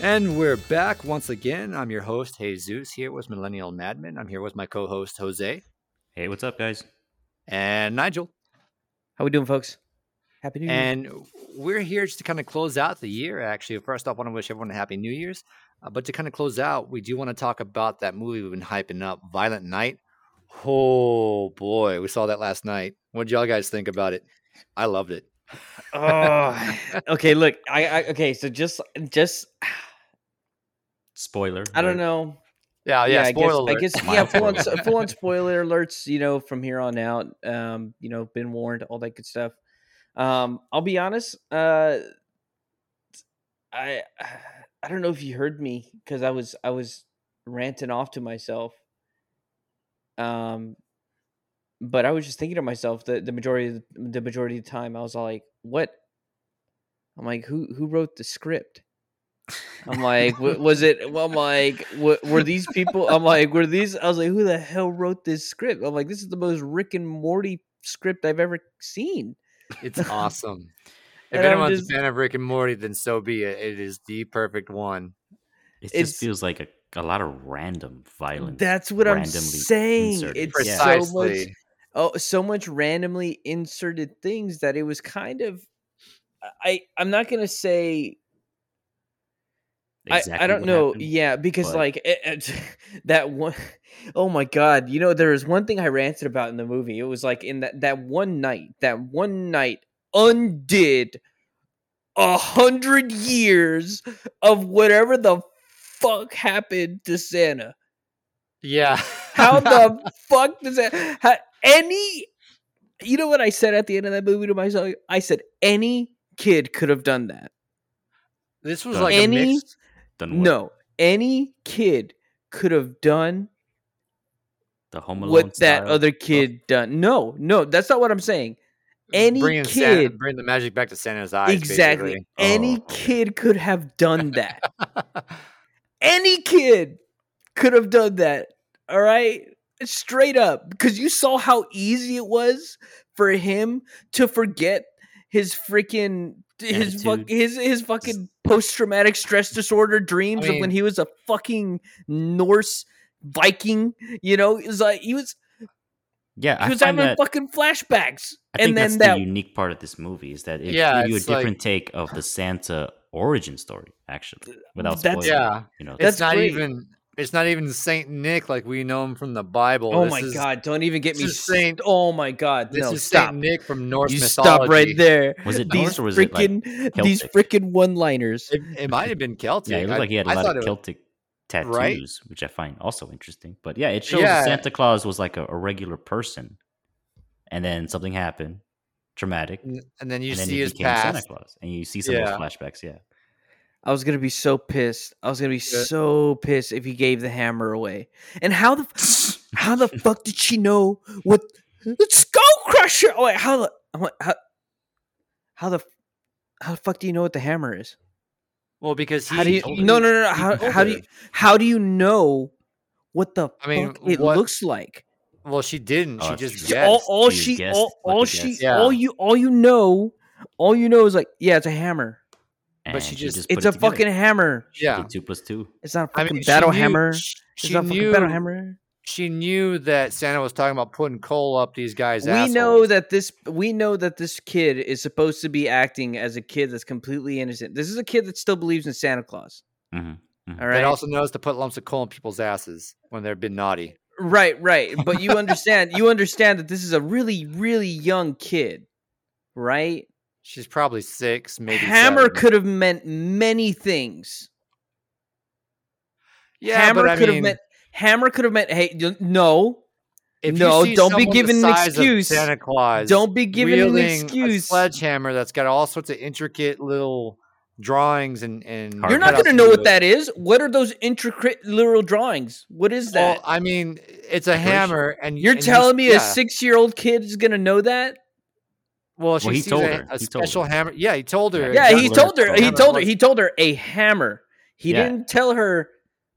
And we're back once again. I'm your host, Jesus, here with Millennial Madman. I'm here with my co host, Jose, Hey, what's up, guys? and Nigel. How we doing, folks? Happy New Year. And we're here just to kind of close out the year, actually. First off, I want to wish everyone a happy New Year's. Uh, but to kind of close out, we do want to talk about that movie we've been hyping up, Violent Night. Oh boy, we saw that last night. What did y'all guys think about it? I loved it. uh, oh, okay. Look, I, I okay. So just, just Spoiler. I don't alert. know. Yeah, yeah. I spoiler alert. guess, I guess Mild yeah. Full on, spoiler. full on spoiler alerts. You know, from here on out. Um, you know, been warned. All that good stuff. Um, I'll be honest. Uh, I, I don't know if you heard me because I was, I was ranting off to myself. Um, but I was just thinking to myself that the majority, of the, the majority of the time, I was all like, "What?" I'm like, "Who, who wrote the script?" I'm like, "Wa- was it? Well, I'm like, "Wa- were these people? I'm like, were these? I was like, who the hell wrote this script? I'm like, this is the most Rick and Morty script I've ever seen. It's awesome. If And I'm anyone's just- a fan of Rick and Morty, then so be it. It is the perfect one. It it's- just feels like a, a lot of random violence. That's what I'm randomly saying. inserted. It's so Precisely. much, oh, so much randomly inserted things that it was kind of. I I'm not gonna say I, I don't what know. happened. yeah, because but- like it, it- that one oh my god, you know there was one thing I ranted about in the movie. It was like in that that one night, that one night undid a hundred years of whatever the fuck happened to Santa. Yeah. How the fuck does that? How, any, you know what I said at the end of that movie to myself? I said any kid could have done that. this was Uh, like a Any- mix. Then what? No, any kid could have done the Home Alone what that style? Oh. other kid done. No, no, that's not what I'm saying. Any bringing Santa, kid, bring the magic back to Santa's eyes. exactly. Any Oh. kid could have done that. basically. any kid could have done that. All right, straight up, because you saw how easy it was for him to forget his freaking his fuck, Attitude. his his fucking post traumatic stress disorder dreams of mean- when he was a fucking Norse Viking. You know, it was like he was Yeah, he I was find having that. fucking flashbacks, I think and then that's that the unique part of this movie is that it Yeah, gives you a it's like- different take of the Santa origin story, actually, without That's- spoiling. yeah. you know, That's it's not great. even it's not even Saint Nick like we know him from the Bible. Oh This my is- god! Don't even get this me. is s- Saint- oh my god! This no, is stop! Saint Nick from Norse you mythology. stop right there. was it These Norse or was it like? freaking these Celtic? freaking one-liners. It, it might have been Celtic. Yeah, it looked I- like he had a I lot thought of it was- Celtic tattoos, Right? which I find also interesting. But yeah, it shows Yeah. that Santa Claus was like a, a regular person, and then something happened, traumatic, And then you and then see he his became Santa past. Claus, and you see some Yeah. of those flashbacks. Yeah, I was gonna be so pissed. I was gonna be so pissed if he gave the hammer away. And how the f- how the fuck did she know what skull crusher? Oh, wait, how the I'm like, how, how the how the fuck do you know what the hammer is? Well, because he How do you told her- no no no, no he how, told how do her. you how do you know what the I mean, fuck it what- looks like? Well, she didn't. Oh, she it's just true. Yeah, all, guessed. all you she guessed, all, all lucky she guess. Yeah. all you all you know all you know is like yeah it's a hammer and she he just- put it's it a together. fucking hammer She Yeah. did two plus two. it's not a I fucking mean, she battle knew- hammer She, it's not a fucking knew. battle hammer She knew that Santa was talking about putting coal up these guys. we know assholes. that this we know that this kid is supposed to be acting as a kid that's completely innocent this is a kid that still believes in santa claus Mhm. all It right Mm-hmm, also knows to put lumps of coal in people's asses when they've been naughty. right right but you understand you understand that this is a really really young kid right She's probably six, maybe. hammer seven. could have meant many things Yeah, hammer but I could have mean, meant hammer could have meant hey y- no if you no, see don't be someone the giving an size of excuse. Santa Claus. don't be giving an wielding A excuse sledgehammer that's got all sorts of intricate little drawings and and You're you're not cutouts going to know into what it. that is what are those intricate literal drawings what is that Well, I mean, it's a Decoration. hammer, and you're and you- telling me yeah. a six-year-old kid is going to know that Well, she Well, he sees told a, her. a He told special her. hammer. Yeah, he told her. yeah he Hammer. told her he Hammer. told her he told her a hammer he Yeah. didn't tell her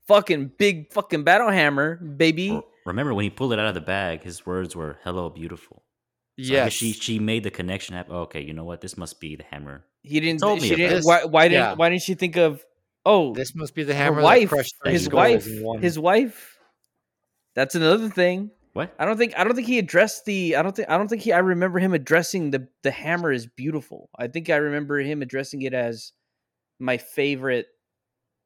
fucking big fucking battle hammer baby R- Remember when he pulled it out of the bag? His words were "Hello, beautiful." So I Yeah, guess she she made the Oh, connection. Happen. okay, you know what? This must be the hammer. he didn't told me she about didn't it. why, why didn't Yeah. why didn't she think of Oh, This must be the hammer wife- that crushed three his skulls wife- in one. his wife. That's another thing. What? I don't think I don't think he addressed the I don't think I don't think he I remember him addressing the the hammer is beautiful. I think I remember him addressing it as my favorite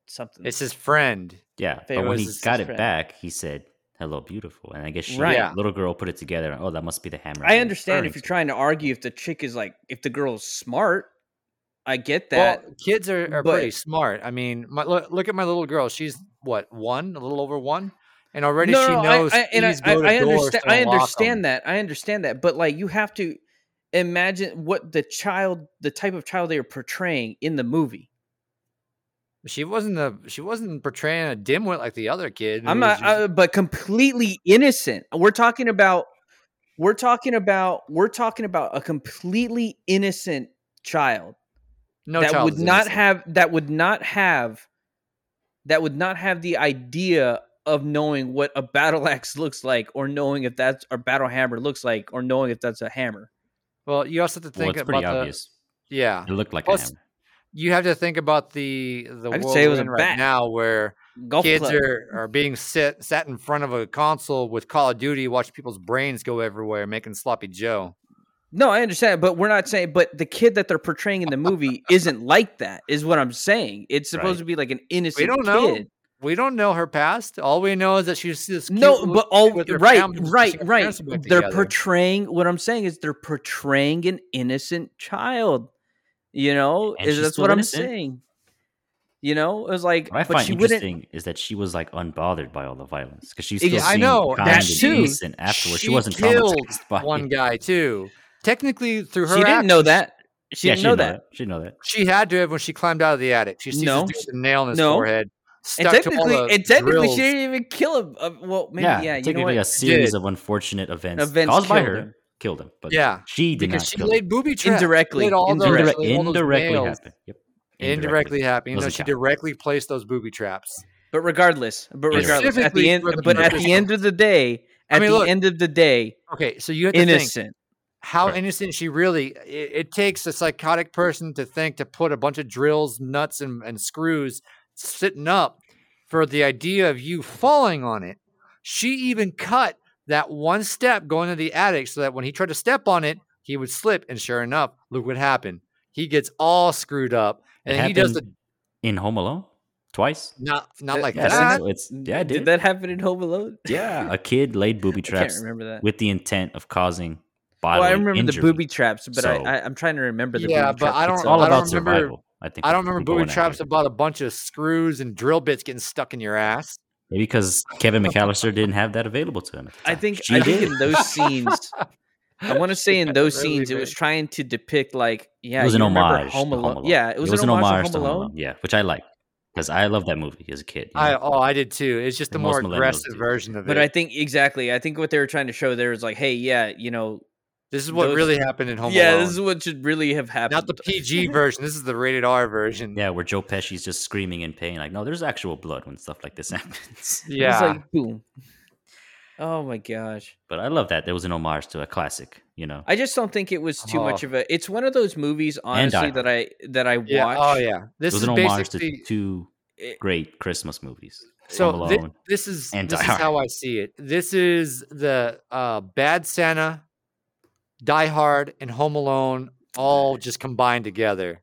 something. It's his friend. Yeah, but Favorite when was he his got it friend. back, he said, "Hello, beautiful," and I guess she, Right. Yeah. little girl, put it together. And, oh, that must be the hammer. I he's understand referring if you're to." trying to argue if the chick is like if the girl's smart. I get that. well, kids are, are but- pretty smart. I mean, my, look, look at my little girl. She's what one, a little over one, and already she knows. I, I, and I, keys I, go to I doors, understand. I don't lock 'em. understand that. I understand that. But like, you have to imagine what the child, the type of child they are portraying in the movie. She wasn't a she wasn't portraying a dimwit like the other kid. I'm who was not, just- uh, but completely innocent. We're talking about, we're talking about, we're talking about a completely innocent child no that child would is not innocent. have, that would not have, that would not have the idea of knowing what a battle axe looks like, or knowing if that's a battle hammer looks like, or knowing if that's a hammer. Well, you also have to Well, think it's about pretty the obvious. yeah. It looked like a Plus- hammer. You have to think about the the I could world say it was we're in a right bat. now where golf kids club. are, are being sit sat in front of a console with Call of Duty, watching people's brains go everywhere, making sloppy Joe. no, I understand, but we're not saying. But the kid that they're portraying in the movie isn't like that. Is what I'm saying. It's supposed Right. to be like an innocent don't know. kid. We don't know her past. All we know is that she's this. cute No, little but kid all with her right, family because right, her right. parents work They're together. portraying. What I'm saying is they're portraying an innocent child. You know, And is she's that's still what innocent. I'm saying. You know, it was like, What I but find she wouldn't. interesting is that she was like unbothered by all the violence because she's still Ex- I seemed know, kind that and too. innocent afterwards. She, She wasn't killed traumatized by one it. guy too. Technically, through her, She didn't know actions, that. She yeah, didn't she know didn't that. She didn't know that. She had to have when she climbed out of the attic. She sees No. this dude with a nail in his No. forehead. And Stuck to all technically, the and technically, drills. she didn't even kill him. Uh, well, maybe yeah. yeah, you know technically what? a series did. of unfortunate events, Events caused by killed her him. killed him. But Yeah, she did because not she kill him. laid booby traps. She Indirectly, laid all those- Indire- she Indirect, laid all those indirectly nails. happened. Yep. Indirectly happened. You know, Doesn't she count. directly placed those booby traps. But regardless, but Yeah. regardless, at Specifically the end, for the but at purpose the of- end of the day, I at mean, the look, end of the day, Okay, so you have to think innocent. how Right. innocent she really. It, it takes a psychotic person to think to put a bunch of drills, nuts, and, and screws sitting up for the idea of you falling on it. She even cut that one step going to the attic so that when he tried to step on it, he would slip. And sure enough, look what happened. He gets all screwed up, It and he does the happened in Home Alone twice. not not Uh, like yes, that. so it's yeah, did dude. that happen in Home Alone? yeah, a kid laid booby I can't traps remember that. with the intent of causing Well, bodily I remember injury. the booby traps, but So- I, I, I'm trying to remember the Yeah, booby but traps. I It's don't- all I about remember- survival. I think I don't remember that's what we're booby going at traps here. about a bunch of screws and drill bits getting stuck in your ass. Maybe because Kevin McAllister didn't have that available to him. at the I time. think she I did. think in those scenes, I want to say in those really scenes, it bad. was trying to depict like yeah, it was you an remember homage. to Home Alone. Yeah, it was, an, homage, to Home Alone. Yeah, which I like because I love that movie as a kid. you I know? oh I did too. It's just the And more most millennials aggressive do. version of But it. I think exactly, I think what they were trying to show there is like, hey, yeah, you know, this is what those- really happened in Home yeah, Alone. this is what should really have happened. Not the PG version. This is the rated R version. yeah, where Joe Pesci's just screaming in pain, like, no, there's actual blood when stuff like this happens. It was Yeah. like boom. Oh my gosh. but I love that there was an homage to a classic, you know. I just don't think it was too much Oh. of a it's one of those movies honestly Die that I that I watch. Yeah, Oh yeah. It This was is an homage basically to two It- great Christmas movies. so Home thi- Alone this is and this Die is Hard. how I see it. This is the uh, Bad Santa, Die Hard, and Home Alone all just combined together.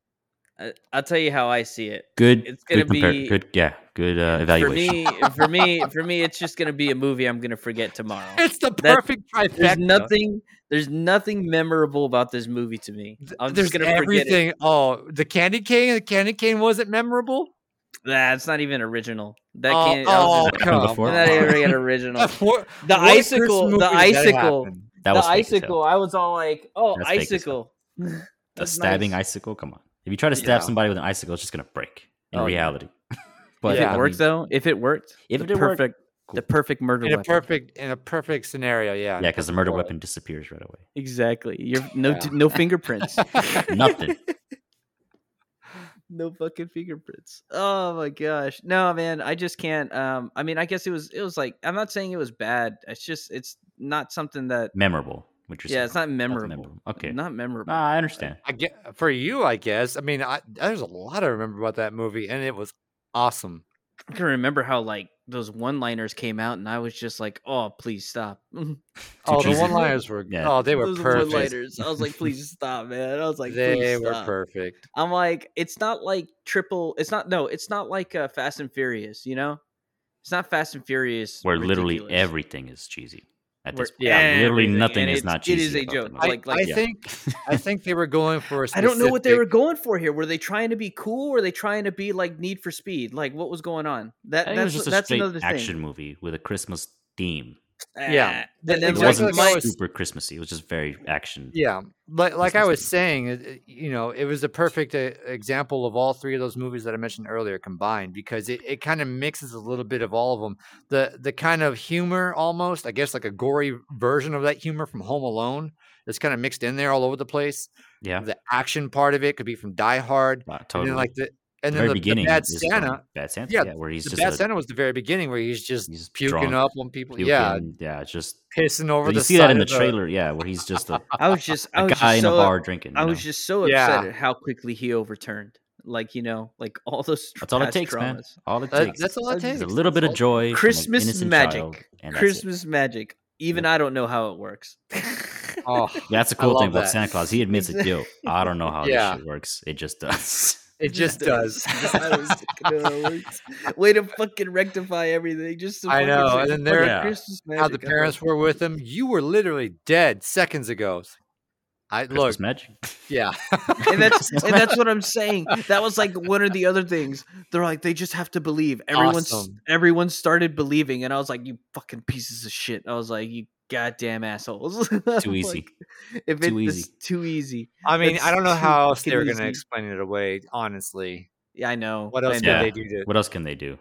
I, I'll tell you how I see it. Good. It's good gonna compar- be- good. Yeah, good uh, For evaluation. me for me for me it's just going to be a movie I'm going to forget tomorrow. It's the That- perfect There's trifecta. nothing there's nothing memorable about this movie to me. Th- I'm There's just going to forget it. everything. Oh, the candy cane. The candy cane wasn't memorable. Nah, it's not even original. That Oh, can't that was oh, just- That happened come before? it's not even original. That's wor- The worst Christmas icicle- the movie that icicle. happened. that the was fake as hell. icicle, I was all like, "Oh, That's fake as icicle." The stabbing icicle. Come on. If you try to stab Yeah. somebody with an icicle, it's just gonna break in Oh, yeah. reality. But If it if I it worked mean, though, if it worked, If the it worked, perfect, cool. the perfect murder in a weapon. perfect in a perfect scenario. Yeah. yeah, because the murder world. weapon disappears right away. Exactly. You're no Yeah. no fingerprints. Nothing. no fucking fingerprints. Oh my gosh. No, man, I just can't um I mean, I guess it was it was like I'm not saying it was bad. It's just it's not something that Memorable. Which is yeah, it's not memorable. memorable. Okay. Not memorable. Nah, I understand. I get, for you, I guess. I mean, I, there's a lot I remember about that movie, and it was awesome. I can remember how like those one-liners came out, and I was just like, "Oh, please stop!" Oh, the cheesy. one liners were Yeah. oh they were those perfect. one-liners. I was like, "Please stop, man!" I was like, they "Please were stop." perfect. I'm like, it's not like triple. It's not no. It's not like uh, Fast and Furious. You know, it's not Fast and Furious where literally ridiculous. everything is cheesy at Where this point. Yeah, literally everything- nothing and is it's- not it cheesy. is a about joke. them. I, Like- like- I Yeah. think I think they were going for a I don't know what they specific- were going for here. Were they trying to be cool? Were they trying to be like Need for Speed? Like what was going on? I That think it that's was just a that's straight another action thing. movie with a Christmas theme. Yeah. Ah. and then It Exactly like, wasn't like I my, was- super Christmassy. It was just very action. Yeah, like like I Christmas was theme. saying, it- it- you know, it was the perfect uh, example of all three of those movies that I mentioned earlier combined because it, it kind of mixes a little bit of all of them. The the kind of humor almost, I guess, like a gory version of that humor from Home Alone. It's kind of mixed in there all over the place. Yeah, The action part of it could be from Die Hard, uh, and totally. then like the the and then very the, the beginning, Bad is from Santa. Bad Santa. Yeah, Yeah, where he's The just Bad a, Santa was the very beginning where he's just he's puking drunk, up on people. puking, Yeah, yeah, it's just. pissing over But you the see that in side the of the- trailer, yeah, where he's just a, I was just I a was guy just in a so bar drinking. you I know? was just so upset Yeah. at how quickly he overturned. Like you know, like all those that's all it past takes, man. dramas. All it That- takes that's all it is takes. a little That's bit all of it joy, from an Christmas innocent magic, child, and that's it. Christmas magic. Even I don't know how it works. Oh, That's the I cool thing love about that. Santa Claus. He admits it, yo, I don't know how Yeah. this shit works. It just does. it just does. I don't know how it works. Way to fucking rectify everything. Just to I fucking know, say, and then there- "Fucking Yeah. Christmas magic. how the I don't parents were with him. You were literally dead seconds ago. It's like, I Christmas look, magic. yeah, and that's and that's what I'm saying. That was like one of the other things. They're like they just have to believe. Everyone's Awesome. everyone started believing, and I was like, you fucking pieces of shit. I was like, you goddamn assholes. I was easy. like, if Too it is easy. too easy. I mean, I That's don't know too how else they fucking were going to easy. explain it away. Honestly, Yeah, I know. what I else know. can they do to? What else can they do?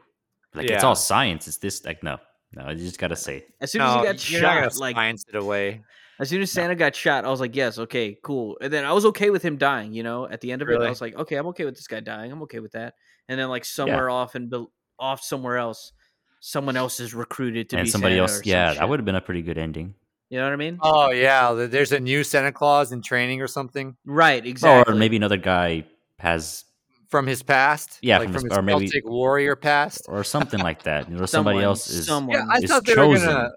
Like it's Yeah. all science. It's this like no. No, you just gotta say As soon No, as he you're not got going shot, to like science it away. as soon as Santa got shot, I was like, yes, okay, cool. And then I was okay with him dying. You know, at the end of it, Really? I was like, okay, I'm okay with this guy dying. I'm okay with that. And then like somewhere off and bel off somewhere else. Someone else is recruited to and be somebody Santa or else some yeah, shit. that would have been a pretty good ending. You know what I mean? Uh, Oh yeah, th- there's a new Santa Claus in training or something Right, exactly. Or maybe another guy has from his past. Yeah, like from from, his- his or maybe- Celtic warrior past. or something like that. You know, somebody Someone- else is someone, Yeah, I is thought they were chosen. going to.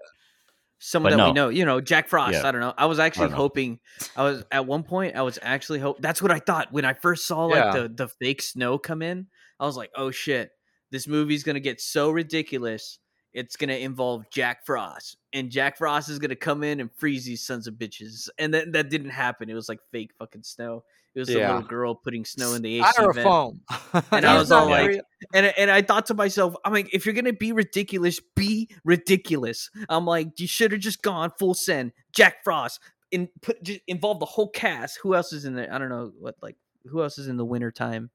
someone but that no. we know. You know, Jack Frost. Yeah. I don't know. I was actually don't know. hoping. I was at one point. I was actually hope. That's what I thought when I first saw like Yeah. the the fake snow come in. I was like, oh shit, this movie's gonna get so ridiculous. It's gonna involve Jack Frost, and Jack Frost is gonna come in and freeze these sons of bitches. And that that didn't happen. It was like fake fucking snow. It was a Yeah. little girl putting snow in the AC vent. Styrofoam. And I That's was not all like- very- And I- and I thought to myself, I'm like, if you're gonna be ridiculous, be ridiculous. I'm like, you should have just gone full send, Jack Frost, and put just involve the whole cast. Who else is in there? I don't know what like who else is in the winter time.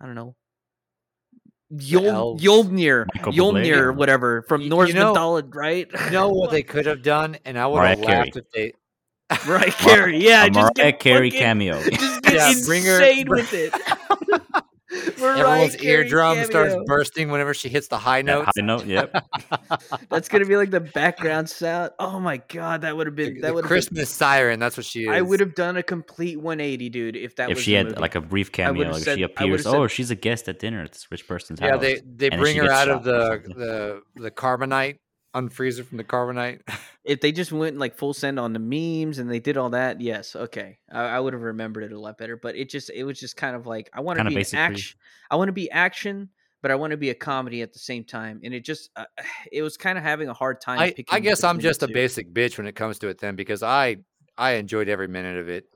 I don't know. Yol- elves. Yolnir, Michael Bublé. Yolnir, or whatever from Y- you Norse know- mythology, right? you know what they could have done, and I would have Mariah Carey. laughed if they. right, Carey, yeah, a Mariah just get Carey fucking- cameo. just get Yeah, bring her- insane with it. Mariah Everyone's Carey eardrum starts cameo. bursting whenever she hits the high That notes. high note, yep. That's gonna be like the background sound. Oh my god, that would have been The- that the would have. Christmas siren. That's what she is. I would have done a complete 180, dude. If that if was she the had movie. like a brief I would've cameo, if said- she I appears, would've said- oh, she's a guest at dinner at this rich person's Yeah, house. they they and then bring she her gets out of shot or the something. the the carbonite, unfreeze her from the carbonite. if they just went like full send on the memes and they did all that, yes, okay, I, I would have remembered it a lot better. But it just it was just kind of like I want to Kinda be an basic for you. action, I want to be action, but I want to be a comedy at the same time, and it just uh, it was kind of having a hard time. I, picking I guess I'm between the just a two. basic bitch when it comes to it then because I I enjoyed every minute of it.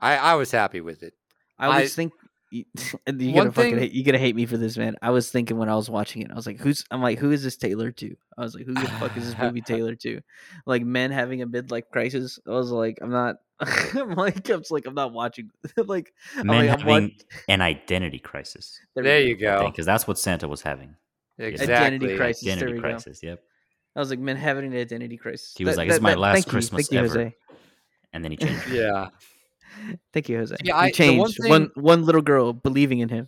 I, I was happy with it. I always I- think you- and you're One gonna fucking thing- hate, you're gonna hate me for this, man. I was thinking when I was watching it, I was like, "Who's?" I'm like, "Who is this tailored to?" I was like, "Who the fuck is this movie tailored to?" Like men having a midlife crisis. I was like, "I'm not." I'm like, I'm just like, I'm not watching. like, I'm Men like, I'm having watch- an identity crisis. Oh, There, we you go. Because that's what Santa was having. Exactly. Identity crisis. there Identity we go. crisis, yep. I was like, men having an identity crisis. He was like, "This is my last thank Christmas you, thank ever." You, And then he changed. it. Yeah. Jose. Thank you, Jose. Yeah, Yeah, I- I, the one changed. thing- one one little girl believing in him.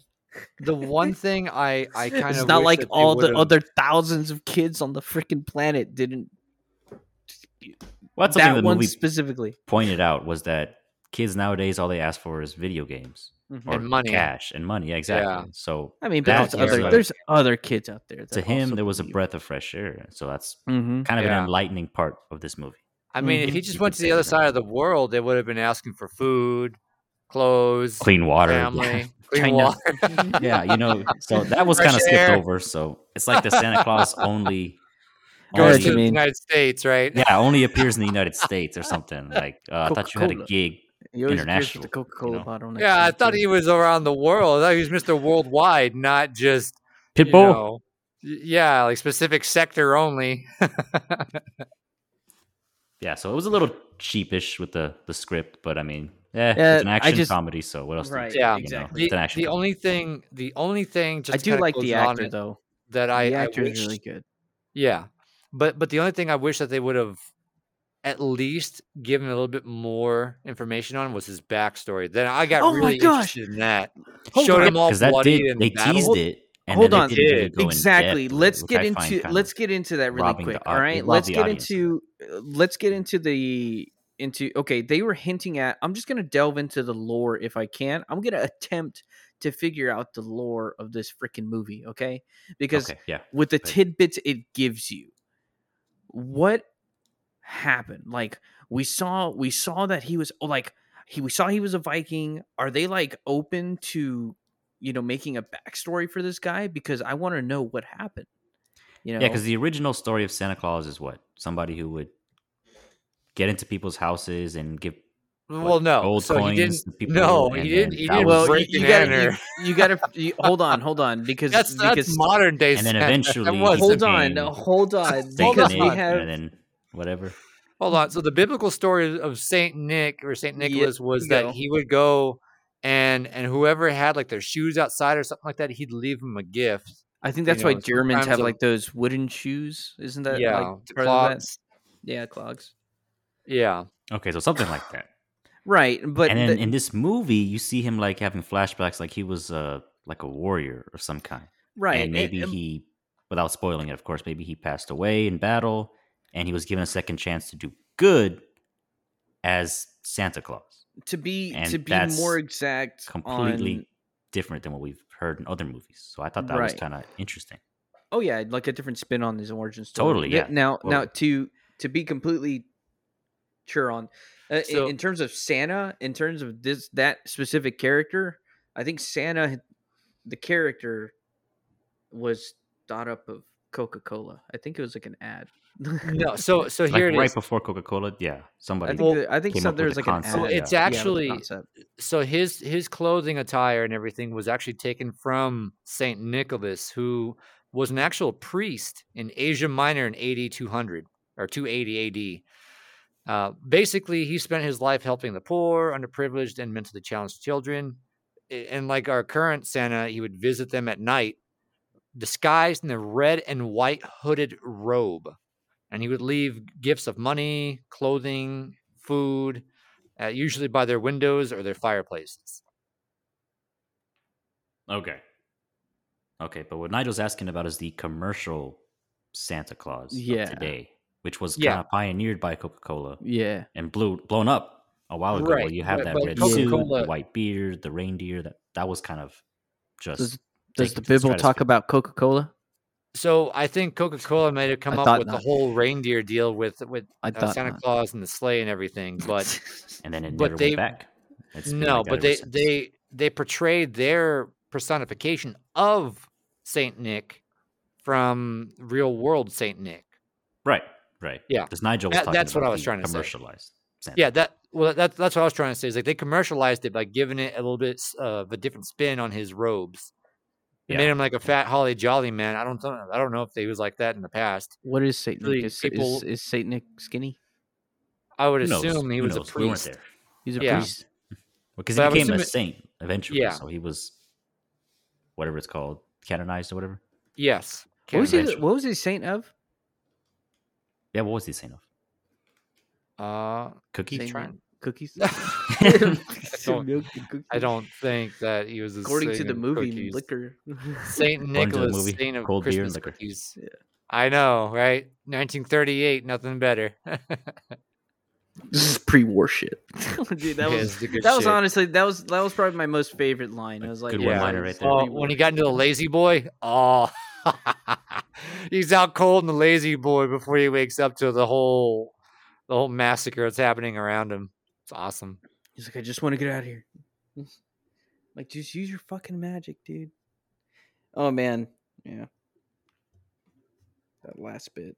The one thing I I kind of it's not wish like that they all the would've- other thousands of kids on the freaking planet didn't Well, that's something that the one movie specifically. pointed out was that kids nowadays all they ask for is video games Mhm. or And money. cash and money. Yeah, exactly. Yeah. So I mean, but that also is other, like- there's other kids out there. to him, there was a breath of fresh air. So that's hmm kind of Yeah. an enlightening part of this movie. I mean, if Mhm. he just You went could to the say other that. side of the world, they would have been asking for food, clothes, Clean water, yeah. family, clean Kinda. water. Mm-hmm. yeah, you know. So that was Fresh kind of skipped air. over. So it's like the Santa Claus only. I know what Goes only- to you the mean. United States, right? yeah, only appears in the United States or something. Like uh, I thought you had a Coca-Cola. gig. He always appears with international, the you Coca Cola know. bottle. next to Yeah, I him, thought too. he was around the world. I thought he was Mr. Worldwide, not just you Pitbull. know, y- yeah, like specific sector only. yeah, so it was a little cheapish with the the script, but I mean, yeah, Yeah, it's an I action just- comedy. So what else? do you Right, expect, yeah, you know? exactly. The, It's an action. the comedy. only thing, the only thing, just I to do kinda like close the it on actor it, though. that The I, I actor's wish, really good. yeah, but but the only thing I wish that they would have at least given a little bit more information on was his backstory. Then I got Oh my really gosh. interested in that. Hold Showed on. him all because that bloody did and they battled. teased it. And Hold then on. they didn't really Did. go in exactly. depth with it, let's which get I find into kind let's of- get into that really robbing the quick. au- all it right, robbed let's the get audience. into uh, let's get into the into okay. They were hinting at. I'm just gonna delve into the lore if I can. I'm gonna attempt to figure out the lore of this freaking movie. Okay, because okay, yeah, with the Right. tidbits it gives you what happened like we saw we saw that he was oh, like he we saw he was a viking are they like open to you know making a backstory for this guy because i want to know what happened you know yeah, because the original story of Santa Claus is what somebody who would get into people's houses and give what, Well, no, gold so coins he didn't. to people. No, and he then didn't. He that didn't was- well you, break you an gotta anchor. you, you gotta you, hold on hold on because That's because that's modern day. and then Santa. eventually he that wasn't- hold on became hold on Hold because we Nick, have and then whatever. Hold on. So the biblical story of Saint Nick or Saint Yeah, Nicholas was you that go. he would go and and whoever had like their shoes outside or something like that, he'd leave him a gift. I think you that's why know, Germans sometimes have a- like those wooden shoes, isn't that? yeah, like, the part of that? clogs. Yeah, clogs. Yeah, Okay, so something like that. Right, but and then the- in this movie, you see him like having flashbacks, like he was uh like a warrior of some kind, right, and maybe and- um, he, without spoiling it, of course, maybe he passed away in battle, and he was given a second chance to do good as Santa Claus. to be and to be that's more exact, Completely on- different than what we've heard in other movies. So I thought that was Right. kind of interesting. oh yeah, like a different spin on his origin story. Totally, Th- yeah, Now, now totally. to to be completely sure on, uh, i- So- in terms of Santa, in terms of this that specific character, I think Santa, the character, was thought up of Coca Cola. I think it was like an ad. no. So so Like here it is. right before Coca Cola, yeah, somebody. I think Well- the- I think came so, up with there's the like an concept, ad. Well, it's yeah, with the actually- concept. so his his clothing attire and everything was actually taken from Saint Nicholas, who was an actual priest in Asia Minor in AD 200 or 280 AD. Uh, basically, he spent his life helping the poor, underprivileged, and mentally challenged children. A- And like our current Santa, he would visit them at night, disguised in a red and white hooded robe, and he would leave gifts of money, clothing, food, uh, usually by their windows or their fireplaces. Okay. Okay, but what Nigel's asking about is the commercial Santa Claus Yeah. of today, which was Yeah. kind of pioneered by Coca Cola Yeah, and blew blown up a while ago. Where Right, you have but- that but red suit, Coca-Cola- the white beard, the reindeer. That that was kind of just Does, does the taken to the Bible talk stratosphere. about Coca Cola? So I think Coca Cola might have come I up thought with the not. whole reindeer deal with with I uh, thought Santa not. Claus and the sleigh and everything, but and then it but never they- went back. It's been no, like that but ever they since. they they portrayed their personification of Saint Nick from real world Saint Nick. right right Yeah. because Nigel was That- talking that's what about I was the trying to say. commercialized Santa. Yeah, that well that, that's what I was trying to say is like they commercialized it by giving it a little bit s- uh, of a different spin on his robes. They made Yeah. him like a fat holly jolly man. I don't know- I don't know if they was like that in the past. What is Saint Nick? Really, Is, people- is, is Saint Nick skinny? I would Who knows? assume he Who was a knows? We weren't priest. there He's a Yeah. priest. because But he I'm became a assuming- saint eventually. Yeah. So he was whatever it's called, canonized or whatever. Yes. What was, Canonized. he, the- Eventually. what was he saint of? Yeah, what was he saying of? Uh, Cookie? Saint trying- Cookies. don't- Milk and cookies. I don't think that he was a According to saint the of movie cookies. liquor. Saint According to the Nicholas, movie, saint of cold beer and Christmas liquor. cookies. Yeah. I know, right? 1938, nothing better. This is pre-war shit. Dude, that Yeah, was it's the good that was shit. honestly that was that was probably my most favorite line. I was like, good yeah, one-liner this right is there. Oh, pretty when he worth got it. into the lazy boy, oh, he's out cold in the lazy boy before he wakes up to the whole, the whole massacre that's happening around him. It's awesome. He's like, I just want to get out of here. like, just use your fucking magic, dude. Oh man, yeah. That last bit,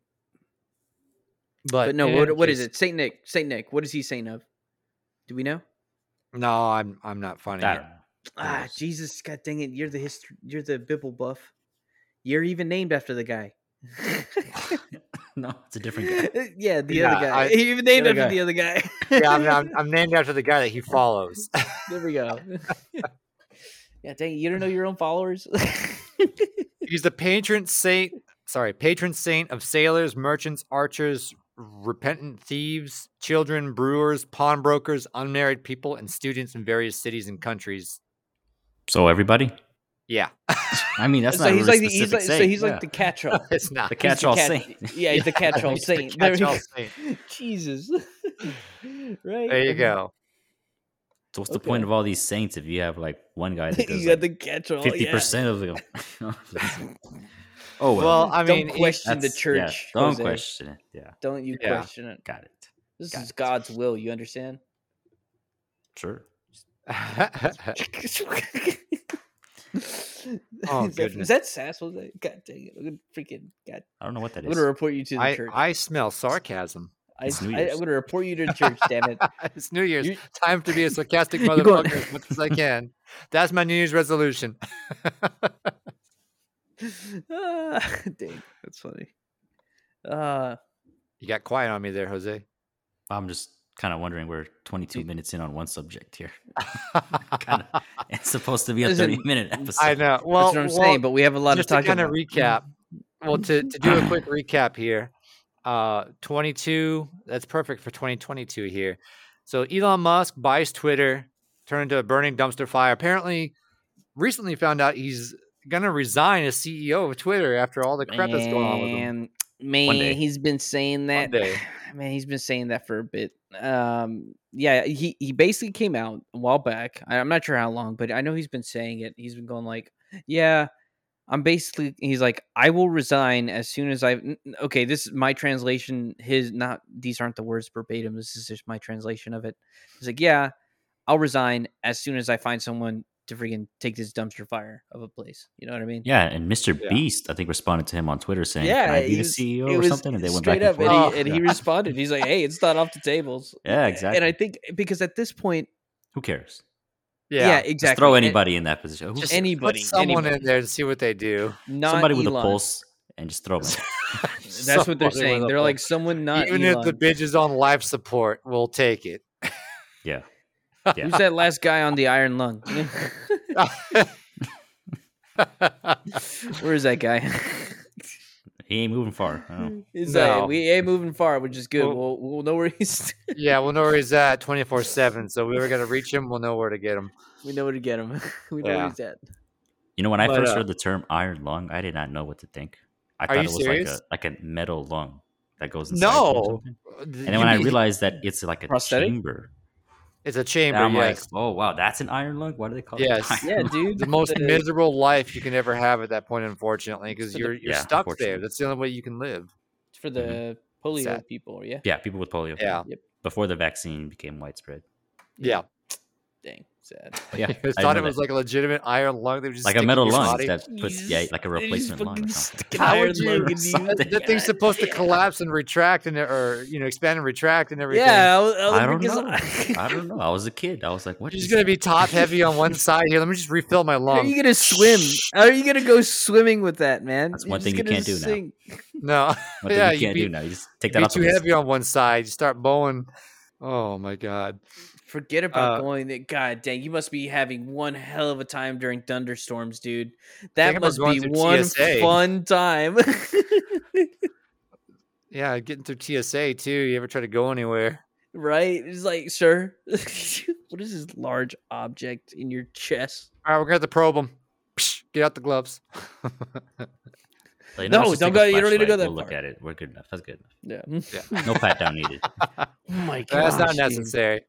But, but no, in what, any what is case- it? Saint Nick, Saint Nick. What is he saying of? Do we know? No, I'm I'm not funny. I don't know. Ah, Yes. Jesus, God dang it! You're the history. You're the Bibble buff. You're even named after the guy. No, it's a different guy. yeah, the Yeah, other guy. I- he even named other after guy. the other guy. Yeah, I'm, I'm, I'm named after the guy that he follows. there we go. yeah, dang, it, you don't know your own followers. He's the patron saint. Sorry, patron saint of sailors, merchants, archers, repentant thieves, children, brewers, pawnbrokers, unmarried people, and students in various cities and countries. So everybody. Yeah, I mean, that's so not he's really like the, he's specific like so saint, he's yeah. like the catch-all. it's not. the He's the catch-all cat- saint. Yeah, he's the catch-all He's the saint. There we catch-all go. saint. Jesus. right. There you go. So what's the point Okay. of all these saints if you have like one guy that does you got like the catch-all. fifty yeah. percent of them? oh well, Well, I mean, don't it- question the that's- yeah, church. don't Jose. question it. Yeah, Don't you Yeah. question it. got it. This Got is it. God's will. You understand? Sure. Oh, Is that- goodness. Is that sass? Was that? God dang it! I'm gonna freaking God. I don't know what that I'm is. gonna report you to the I, church. I, I smell sarcasm. I, It's New I, Year's. am gonna report you to the church. damn it! It's New Year's. You- Time to be a sarcastic You're going- motherfucker as much as I can. That's my New Year's resolution. Ah, dang, that's funny. Uh, You got quiet on me there, Jose. I'm just kind of wondering. We're 22 minutes in on one subject here. kind of, it's supposed to be a Listen, 30 minute episode. I know. Well, that's what I'm saying. But we have a lot just of to talk kind of about. recap. Well, to, to do a quick recap here, uh, 22. That's perfect for 2022 here. So Elon Musk buys Twitter, turned into a burning dumpster fire. Apparently, recently found out he's gonna resign as CEO of Twitter after all the crap that's going on with him. Man, man, day. he's been saying that. day. Man, he's been saying that for a bit. Um, yeah, he he basically came out a while back. I, I'm not sure how long, but I know he's been saying it. He's been going like, "Yeah, I'm basically." He's like, "I will resign as soon as I." n- n- Okay, this is my translation. His not these aren't the words verbatim. This is just my translation of it. He's like, "Yeah, I'll resign as soon as I find someone to freaking take this dumpster fire of a place." You know what I mean? yeah, and Mr. Yeah. Beast, I think, responded to him on Twitter saying, "Can I it be the was- CEO it or was something?" And they went straight back and forth. up, Oh, and, he, and yeah. he responded. He's like, "Hey, it's not off the tables." Yeah, And exactly. I think because at this point, Who cares? yeah, Yeah, exactly. Just throw And anybody in that position. Who Just cares? put anybody, someone anybody. in there to see what they do. not somebody with Elon. a pulse, and just throw them. in. That's what they're Somebody with saying. a They're like pulse. someone not even Elon. if the bitch is on life support, we'll take it. Yeah. Who's that last guy on the iron lung? Where is that guy? He ain't moving far. I Hmm. don't know. He's No. like, we ain't moving far, which is good. Well- We'll, we'll know where he's. yeah, we'll know where he's at twenty four seven. So we were gonna reach him. We'll know where to get him. We know where to get him. We know Yeah. where he's at. You know, when I But, first uh, heard the term iron lung, I did not know what to think. I Are thought it you was serious? like a like a metal lung that goes inside. you or No. something. And then when I realized that it's like a Prosthetic? chamber, it's a and chamber, I'm yes. like, oh wow, that's an iron lung. Why do they call Yes. it? Iron Yeah, lung? dude. the most The- miserable life you can ever have at that point, unfortunately, because For the- you're you're Yeah, stuck there. unfortunately. That's the only way you can live. for the polio Sad. people, yeah. Yeah, people with polio. Yeah, Before the vaccine became widespread. yeah. Dang, sad. But yeah, I I didn't thought know it was that. like a legitimate iron lung. They were just like sticking a metal in your lung body. that puts yeah, like a You just replacement lung. Or fucking something. stick an How iron would you- lung in or you. something. that thing's supposed to collapse and retract and or you know expand and retract and everything. Yeah, I, was- was I don't because know. I don't know. I was a kid. I was like, what You're is just gonna be top heavy on one side here. Let me just refill my How are lung. you gonna swim? How are you gonna go swimming with that, man? That's You're one just thing you gonna can't do now. sink. No, What yeah, yeah, you you can't be- do now. You just take that be off the too list. heavy on one side. You start bowing. Oh my god. Forget about Uh, going there. God dang, you must be having one hell of a time during thunderstorms, dude. Think That about must going be through one TSA. fun time. Yeah, getting through TSA too. You ever try to go anywhere? right? It's like, sir, what is this large object in your chest? All right, we're gonna have to probe them. Get out the gloves. Like, No, let's just don't take a go- you don't need to go flashlight. that We'll look far. at it. We're good enough. That's good. Yeah. Yeah. enough. No pat down needed. Oh my god. That's not necessary.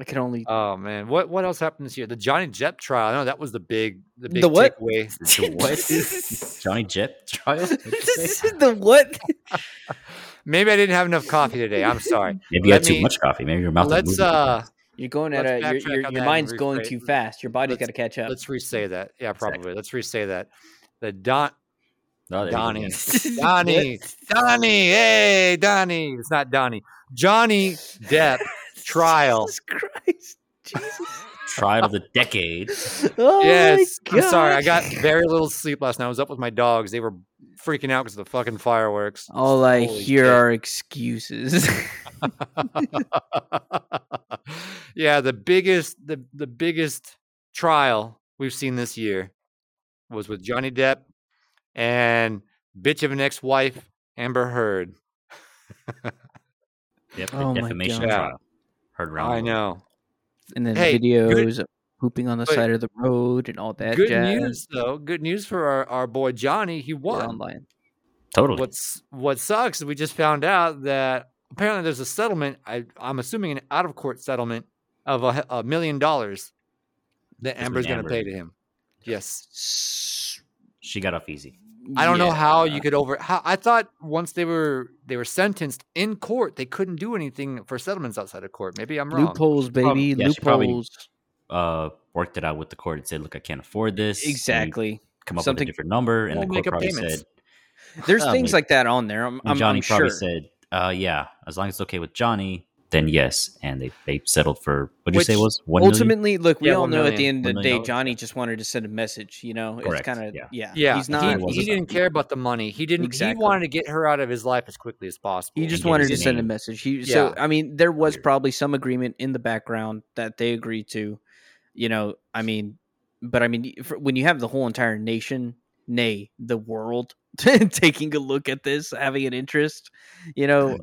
I can only Oh man, what what else happened this year? The Johnny Depp trial. No, that was the big the big The what? takeaway. The what? Johnny Depp trial? What'd you say? the what? Maybe I didn't have enough coffee today. I'm sorry. Maybe you Let had too me- much coffee. Maybe your mouth is let's moving. Oh, uh You're going at Let's a backtrack your your, on your that mind's and going rephrase- too fast. Your body's got to catch up. let's re-say that. Yeah, Exactly. probably. Let's re-say that. The Don Oh, there we go. Donnie. Donnie. Donnie. Hey, Donnie. It's not Donnie. Johnny Depp trial. Jesus Christ. Jesus. Trial of the decade. Oh my yes. I'm sorry. I gosh. got very little sleep last night. I was up with my dogs. They were freaking out because of the fucking fireworks. All I Holy hear shit. are excuses. yeah, the biggest the the biggest trial we've seen this year was with Johnny Depp and bitch of an ex-wife Amber Heard. Yep, the Oh my defamation God. trial. Heard round. I the world. know. and then Hey, videos good- of pooping on the but- side of the road and all that Good jazz. news though. Good news for our, our boy Johnny. He We're won. online. Totally. What's what sucks is we just found out that apparently there's a settlement. I I'm assuming an out of court settlement of a, a million dollars that Between Amber's going to Amber pay and- to him. Yes. S- She got off easy. I don't know yeah. how you could over. How, I thought once they were they were sentenced in court, they couldn't do anything for settlements outside of court. Maybe I'm wrong. Loopholes, baby. yeah, she probably- loopholes. Uh, worked it out with the court and said, "Look, I can't afford this." And Exactly. Come up Something- with a different number, and We'll the make court up probably payments. said, There's I things mean, like that on there. I'm, and I'm, Johnny I'm probably sure. said, uh, "Yeah, as long as it's okay with Johnny, then yes." And they they settled for what you say Which was one million? Ultimately, look, we Yeah, all one know at the million- end of one the million day, dollars. Johnny just wanted to send a message. You know, Correct, it's kind of yeah. yeah. yeah, he's he- not. it He, was a didn't settlement. care about the money. He didn't. He Exactly. wanted to get her out of his life as quickly as possible. He just he wanted to didn't send a name. message. He so Yeah. I mean, there was Weird. probably some agreement in the background that they agreed to. You know, I mean, but I mean, for, when you have the whole entire nation, nay, the world, taking a look at this, having an interest, you know,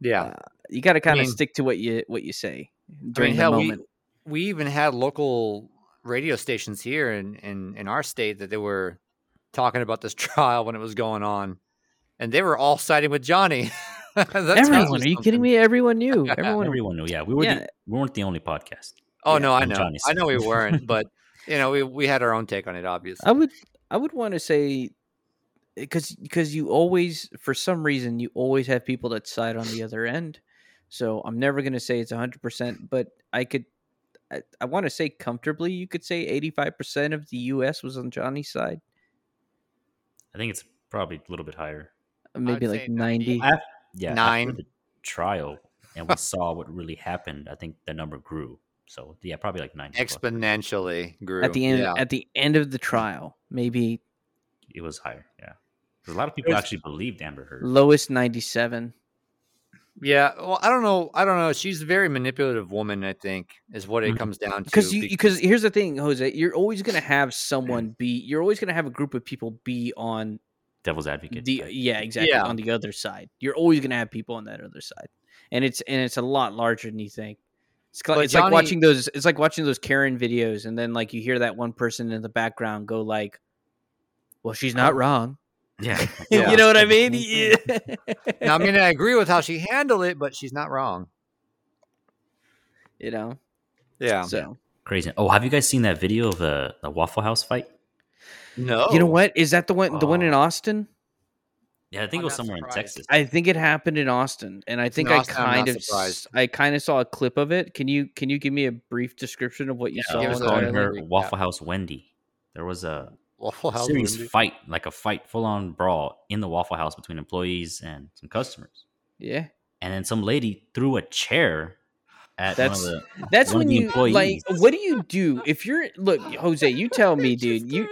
yeah. uh, you got to kind of mean- stick to what you what you say I during mean, the hell, moment. we we even had local radio stations here in in in our state that they were talking about this trial when it was going on, and they were all siding with Johnny. That tells Everyone, are you kidding something. me? Everyone knew. Everyone, Everyone. knew. Yeah, we were Yeah. The, we weren't the only podcast. Oh Yeah, no, I I'm know, Johnny's I know we side. weren't, but you know, we we had our own take on it. Obviously, I would I would want to say because because you always for some reason you always have people that side on the other end. So I'm never going to say it's 100%, but I could I, I want to say comfortably you could say 85% of the US was on Johnny's side. I think it's probably a little bit higher. uh, Maybe say like 90. 90. I- Yeah, after Nine. the trial, and we saw what really happened. I think the number grew. So yeah, probably like nine. exponentially grew At the end Yeah. at the end of the trial, maybe It was higher. Yeah, 'Cause a lot of people was- actually believed Amber Heard. lowest 97. yeah. Well, I don't know. I don't know. She's a very manipulative woman. I think is what it Mhm. comes down to. because Mm-hmm. you because here's the thing jose you're always going to have someone be you're always going to have a group of people be on Devil's advocate. the type. yeah exactly Yeah. on the other side you're always going to have people on that other side and it's and it's a lot larger than you think it's, cl- But it's Johnny- like watching those it's like watching those karen videos and then like you hear that one person in the background go like well she's not wrong uh, yeah. Yeah. you know what i mean yeah. now, I mean, I agree with how she handled it, but she's not wrong. you know Yeah. so Crazy. Oh, have you guys seen that video of the, the Waffle House fight? No. you know what is that the one the one in Oh. austin Yeah, I think I'm it was not somewhere in surprised. Texas. I think it happened in Austin, and I in think I Austin, I'm not kind of s- surprised. I kind of saw a clip of it. Can you can you give me a brief description of what you Yeah, saw? give I us was a- on all calling in the her recap. Waffle House Wendy. There was a Waffle House serious Wendy. fight, like a fight, full on brawl in the Waffle House between employees and some customers. yeah, And then some lady threw a chair at That's- one of the that's One of when the you like. employees. What do you do if you're look Jose? You tell me, dude. You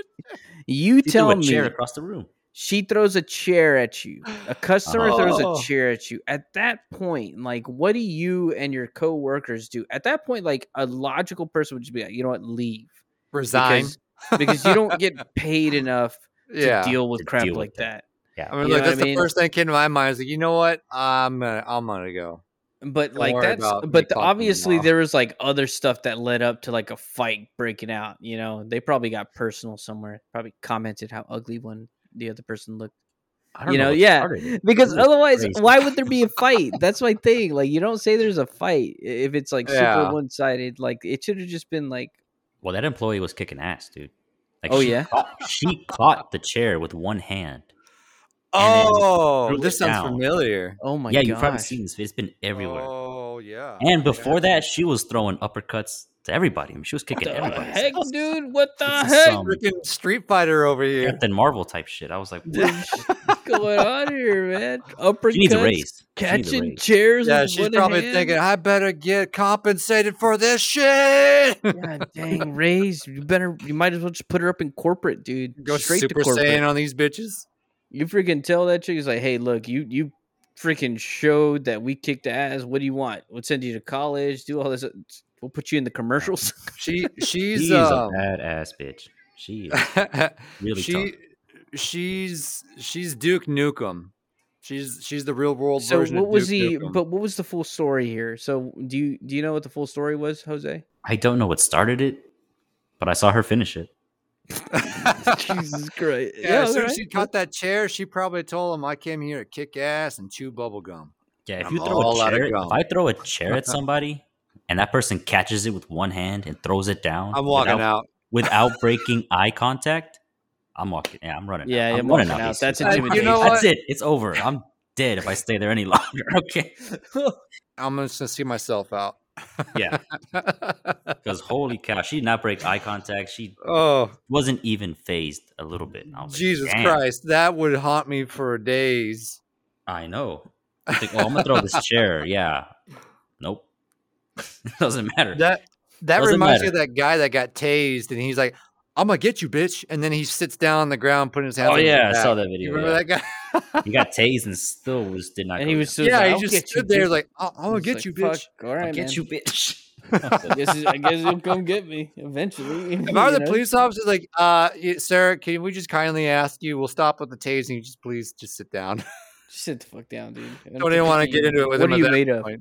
you she threw tell a chair me. across the room. She throws a chair at you. A customer throws Oh. a chair at you. At that point, like, what do you and your coworkers do? At that point, like, a logical person would just be like, you know what, leave. Resign. Because, because you don't get paid enough to yeah. deal with To crap deal with like that. Yeah, that. I mean, look, You know what I that's mean? the first thing that came to my mind. Is like, you know what? I'm gonna, I'm gonna go. But Don't like worry that's about me but talking to the- you obviously now. there was like other stuff that led up to like a fight breaking out. You know, they probably got personal somewhere. Probably commented how ugly one the other person looked. I don't You know, what yeah. started it. Because Jesus otherwise, Christ. why would there be a fight? That's my thing. Like, you don't say there's a fight i- if it's like Yeah. super one sided. Like, it should have just been like, Well, that employee was kicking ass, dude. Like, oh she, yeah, caught- she caught the chair with one hand. And then Oh, threw this it sounds down. familiar. oh my yeah, gosh. you've probably seen this. It's been everywhere. Oh yeah. and before that, she was throwing uppercuts to everybody. I mean, she was What kicking the everybody. heck, dude? What the This is heck some freaking Street Fighter over here. Captain Marvel type shit. I was like, what? is going on here, man? she needs a Uppercuts, raise. She needs a catching raise. chairs. Yeah, with she's one probably hand. thinking, I better get compensated for this shit. God dang, raise! You better. You might as well just put her up in corporate, dude. Go Straight Super to corporate. Saiyan on these bitches. You freaking tell that chick, he's like, hey, look, you you freaking showed that we kicked ass. What do you want? We'll send you to college, do all this. uh, We'll put you in the commercials. She she's She's um, a badass bitch. She is really she she's she's Duke Nukem. She's she's the real world so version. what of was Duke the Nukem. but what was the full story here? So do you do you know what the full story was, Jose? I don't know what started it, but I saw her finish it. Jesus Christ. yeah, as soon as she caught that chair, she probably told him, "I came here to kick ass and chew bubble gum." Yeah, if I'm you throw a all out of chair, if gum. I throw a chair at somebody and that person catches it with one hand and throws it down, I'm walking without, out. without breaking eye contact. I'm walking. Yeah, I'm running. Yeah, out. yeah, I'm, I'm running walking out. out. That's basically. intimidation. Uh, You know That's what? it. It's over. I'm dead if I stay there any longer. Okay. I'm just gonna see myself out. Yeah, because holy cow, she did not break eye contact. She oh wasn't even phased a little bit. I was like, Jesus "Damn." Christ, that would haunt me for days. I know. I think, oh, I'm gonna throw this chair. Yeah. Nope. Doesn't matter. That that Doesn't reminds me of matter. that guy that got tased, and he's like, "I'm gonna get you, bitch," and then he sits down on the ground, putting his hands. oh on his yeah, I back. saw that You video. remember yeah. that guy? He got tased and still was did not. and go he down. was still yeah, like, he "I'll just get stood you, there bitch." like, "I- "I'm gonna He's get like, you, bitch." "Fuck, all right, I'll get man. you, bitch. I guess, he- I guess he'll come get me eventually. If I were you the know? police officer, like, uh, y- sir, can we just kindly ask you? We'll stop with the tasing. Just please, just sit down. Just sit the fuck down, dude. I Don't even think want to you- get into it with What him. are at you that made of? point.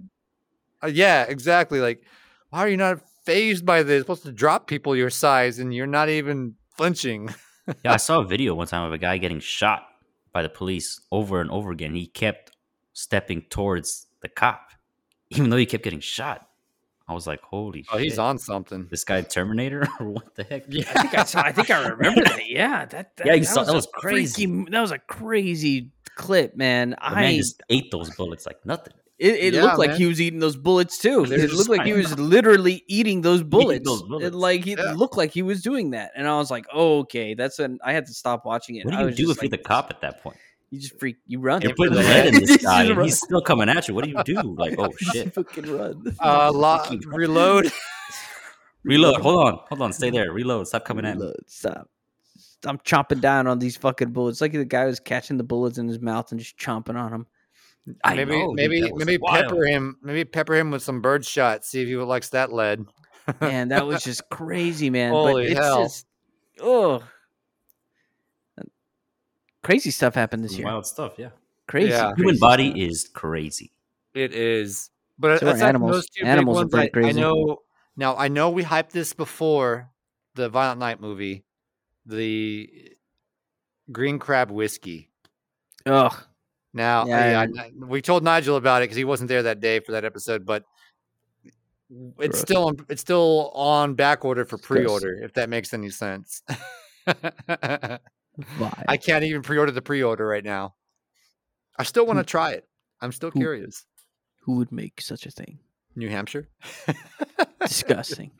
Uh, yeah, exactly. Like, why are you not phased by this? supposed to drop people your size, and you're not even flinching. yeah, I saw a video one time of a guy getting shot by the police over and over again. He kept stepping towards the cop, even though he kept getting shot. I was like, holy Oh, shit. he's on something. This guy Terminator or what the heck? Yeah. I think I saw. I think I remember that. Yeah, that. that Yeah, you saw- that a was crazy. freaky- that was a crazy clip, man. The I. man just ate those bullets like nothing. it it Yeah, looked like man. he was eating those bullets too. They're It just looked like he like- was literally eating those bullets. those It, bullets. like it Yeah. looked like he was doing that, and I was like, oh, "Okay, that's an." I had to stop watching it. What I do you was do just if you're the like, cop at that point? You just freak. You run. You're for putting the lead in head. this Just guy, and run. he's still coming at you. What do you do? Like, oh You shit! fucking run. Uh, lo- reload. Reload. Hold on, hold on. Stay there. Reload. Stop coming at me. Look, stop. I'm chomping down on these fucking bullets. Like the guy was catching the bullets in his mouth and just chomping on them. I maybe, know, dude, maybe, that was maybe wild. pepper him. Maybe pepper him with some bird shot. See if he likes that lead. Man, that was just crazy, man. Holy but it's hell. just oh. Crazy stuff happened this Some year. Wild stuff. Yeah. Crazy. Yeah. Human crazy body stuff. is crazy. It is. But So are aside from animals. those two big Animals are ones, I- pretty I crazy. know now I know we hyped this before the Violent Night movie, the Green Crab whiskey. Ugh. Now Yeah, I yeah, I- we told Nigel about it because he wasn't there that day for that episode, but it's Gross. still on, it's still on back order for gross. pre-order if that makes any sense. I Why? can't even pre-order the pre-order right now. I still want to Hmm. try it. I'm still Who- curious. Who would make such a thing? New Hampshire. Disgusting.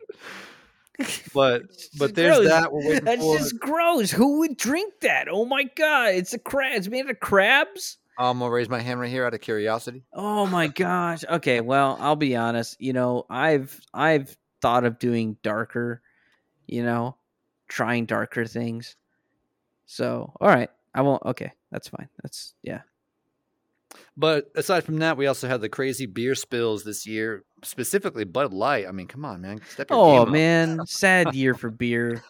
but It's but just there's gross. that. We're waiting That's for. just gross. Who would drink that? Oh my god! It's a crab. It's made of crabs. I'm gonna Um, raise my hand right here out of curiosity. Oh my gosh. Okay, well, I'll be honest, you know, I've I've thought of doing darker, you know, trying darker things. So, all right. I won't okay, that's fine. That's yeah. But aside from that, we also had the crazy beer spills this year, specifically Bud Light. I mean, come on, man. Step your Oh game up. man, sad year for beer.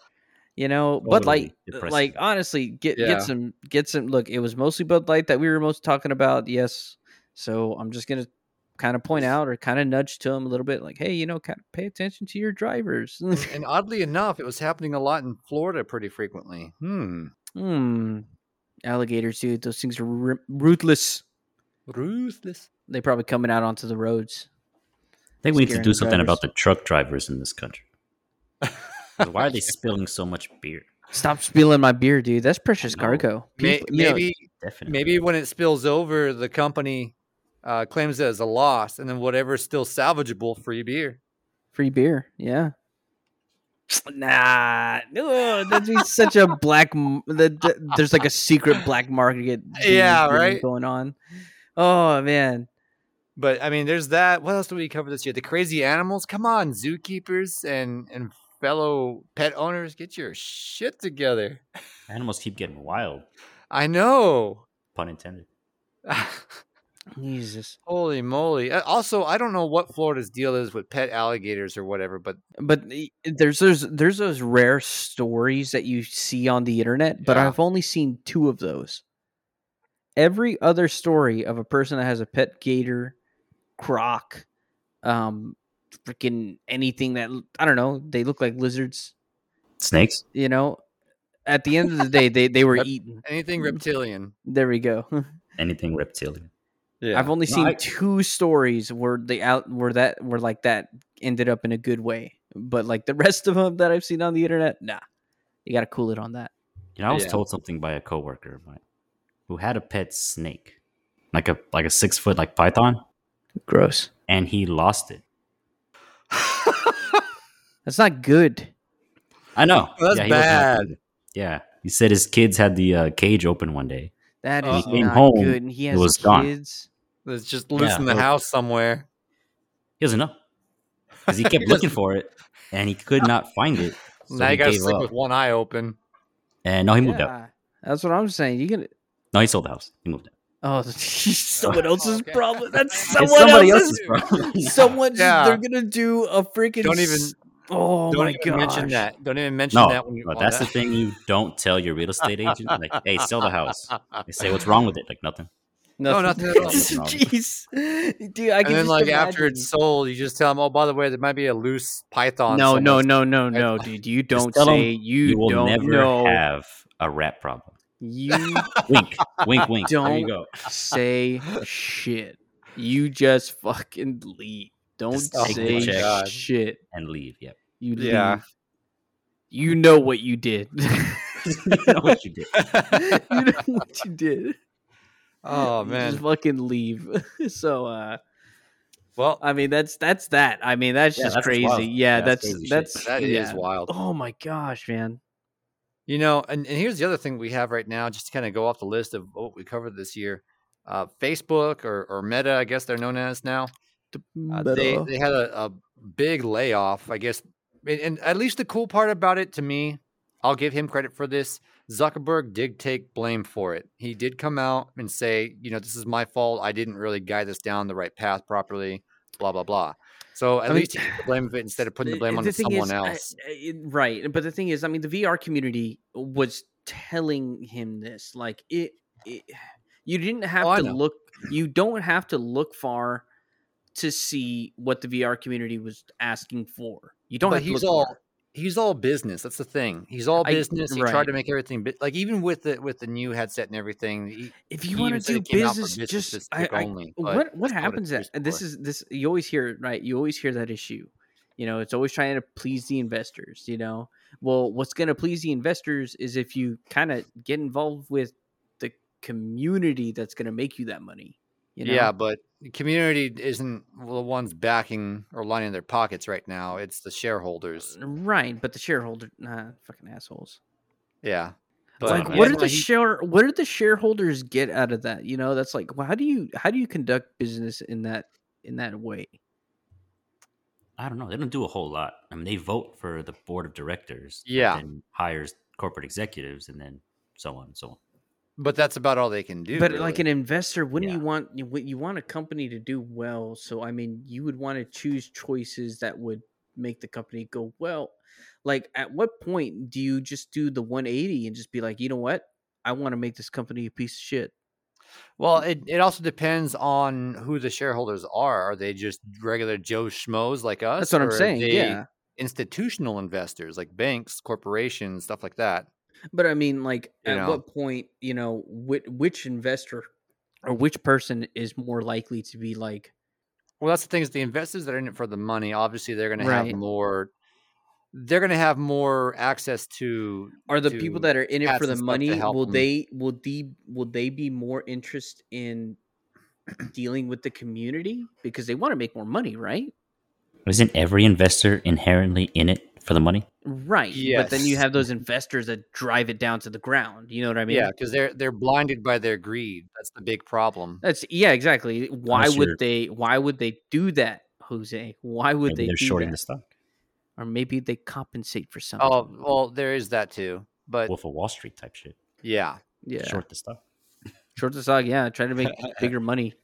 You know, Bud Totally Light uh, depressing. like honestly, get Yeah. get some get some look, it was mostly Bud Light that we were most talking about, yes. So, I'm just going to kind of point out or kind of nudge to him a little bit like, "Hey, you know, kind of pay attention to your drivers." And oddly enough, it was happening a lot in Florida pretty frequently. Hmm. Hmm. alligators, dude. Those things are ru- ruthless. Ruthless. They probably coming out onto the roads. I think we need to Scaring do the something drivers. about the truck drivers in this country. 'Cause Why are they spilling so much beer? Stop spilling my beer, dude. That's precious know. cargo. May- People- you know, Maybe Definitely. maybe when it spills over, the company uh, claims it as a loss, and then whatever's still salvageable, free beer. free beer. Yeah. Nah, no, that'd be such a black. m- That that- there's like a secret black market. beer Yeah, thing right? Going on. Oh man, But I mean, there's that. What else do we cover this year? The crazy animals. Come on, zookeepers and and fellow pet owners, get your shit together. Animals keep getting wild, I know. pun intended. Jesus. Holy moly! Uh, Also, I don't know what Florida's deal is with pet alligators or whatever, but But y- there's those there's those rare stories that you see on the internet, but Yeah. I've only seen two of those. Every other story of a person that has a pet gator, croc, um, freaking anything that l- I don't know, they look like lizards. Snakes? you know, at the end of the day, they, they were Yep. eaten. Hmm. anything reptilian. There we go. Anything reptilian. Yeah. I've only No, seen I- two stories where they out where that where like that ended up in a good way, but like the rest of them that I've seen on the internet, nah, you got to cool it on that. You know, I was Yeah. told something by a coworker of mine who had a pet snake, like a like a six foot like python, Gross. and he lost it. That's not good. I know. Well, Oh, that's he wasn't happy bad. with it. Yeah, he said his kids had the uh, cage open one day. That Uh-uh. He is came not home, good. And he it has was gone. kids. it's just loose Yeah, in the well- house somewhere. He doesn't know because he kept He looking doesn't- for it, and he could not find it. So now he you gotta gave sleep up. with one eye open. And no, he moved out. Yeah, That's what I'm saying. You can. No, he sold the house. He moved out. Oh, someone else's Oh, okay. problem. That's It's someone somebody else's. else's problem. Yeah. Someone's. Yeah. They're gonna do a freaking. Don't even s- Oh don't my even mention gosh. that. Don't even mention No, that when you but on that's the that. thing you don't tell your real estate agent. Like, hey, sell the house. They say, what's wrong with it? Like nothing. No, nothing at all. Jeez, dude, I and can then just like imagine. after it's sold, you just tell them, oh, by the way, there might be a loose python. No, no, somewhere." no, no, Right. no, dude. You don't tell 'em say. You, You, will don't never know. have a rat problem. You Wink, wink, wink. there Don't you go. say shit. You just fucking leave. Don't Just take the say check. God. shit. And leave. Yep. You leave. Yeah. You know what you did. you know what you did. you know what you did. oh You man. just fucking leave. so, uh, well, I mean, that's that's that. I mean, that's Yeah, just that's crazy. wild. Yeah, Yeah, that's that's crazy shit. that's that is yeah. wild. Oh my gosh, man. You know, and, and here's the other thing we have right now, just to kind of go off the list of what we covered this year. Uh, Facebook or, or Meta, I guess they're known as now. Uh, they, they had a, a big layoff, I guess. And, and at least the cool part about it to me, I'll give him credit for this. Zuckerberg did take blame for it. He did come out and say, you know, this is my fault. I didn't really guide this down the right path properly, blah, blah, blah. So at mean, least he took the blame of it instead of putting the blame on thing someone is, I- else. I- it- right, but the thing is, I mean, the VR community was telling him this. Like it, it you didn't have Oh, I to know. look. You don't have to look far to see what the VR community was asking for. You don't But have to he's look all- far. he's all business. That's the thing. He's all I- business. he tried right. to make everything bu- like even with the with the new headset and everything. He, if he you want even to said do it came out for business, just I, specific I, only, but what what that's not a happens true at and this story. is this you always hear it, right you always hear that issue you know it's always trying to please the investors you know well what's going to please the investors is if you kind of get involved with the community that's going to make you that money you know Yeah, but the community isn't the ones backing or lining their pockets right now. It's the shareholders. Uh, right but the shareholder nah, fucking assholes Yeah. Like, like yeah. what that's did why the he- share what did the shareholders get out of that you know that's like well, how do you how do you conduct business in that in that way I don't know. They don't do a whole lot. I mean, they vote for the board of directors. that Yeah. Then hires corporate executives and then so on and so on. But that's about all they can do. but like an really. investor wouldn't you Yeah. want you, would- you want a company to do well so i mean you would want to choose choices that would make the company go well like at what point do you just do the 180 and just be like you know what i want to make this company a piece of shit well, it, it also depends on who the shareholders are. Are they just regular Joe schmoes like us? that's what or i'm are saying they yeah Institutional investors like banks, corporations, stuff like that. But I mean, like, You at know. what point, you know, which, which investor or which person is more likely to be like, Well, that's the thing is the investors that are in it for the money, obviously they're going to Right. have more. They're going to have more access to. are the people to that are in it add for some the stuff to money? help Will 'em. they will the will they be more interest in dealing with the community because they want to make more money, right? Isn't every investor inherently in it for the money? Right. But then you Yes. have those investors that drive it down to the ground. You know what I mean? yeah, because they're they're blinded by their greed. That's the big problem. That's yeah, exactly. Why Unless would you're- they? Why would they do that, Jose? Why would Maybe they they're do shorting that? the stock. Or maybe they compensate for something. Oh well, there is that too. But Wolf of Wall Street type shit. yeah. yeah, short, Short the stock. the stock. Yeah, try to make bigger money.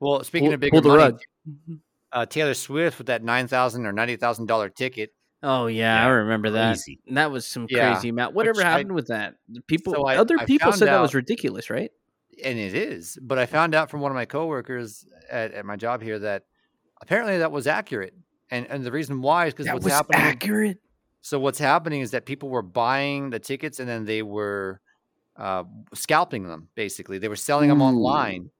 Well, speaking pull, of pull bigger the money, rug. Mm-hmm. uh, Taylor Swift with that nine thousand or ninety thousand dollar ticket. Oh yeah, I Yeah, remember that. Crazy. That was some Yeah, crazy amount. Whatever which I- happened with that? The People, So I- other I people found said that out- was ridiculous, right? and it is. But I found out from one of my coworkers at, at my job here that apparently that was accurate, and and the reason why is because That what's was happening. accurate. So what's happening is that people were buying the tickets and then they were uh, scalping them. Basically, they were selling them Ooh. online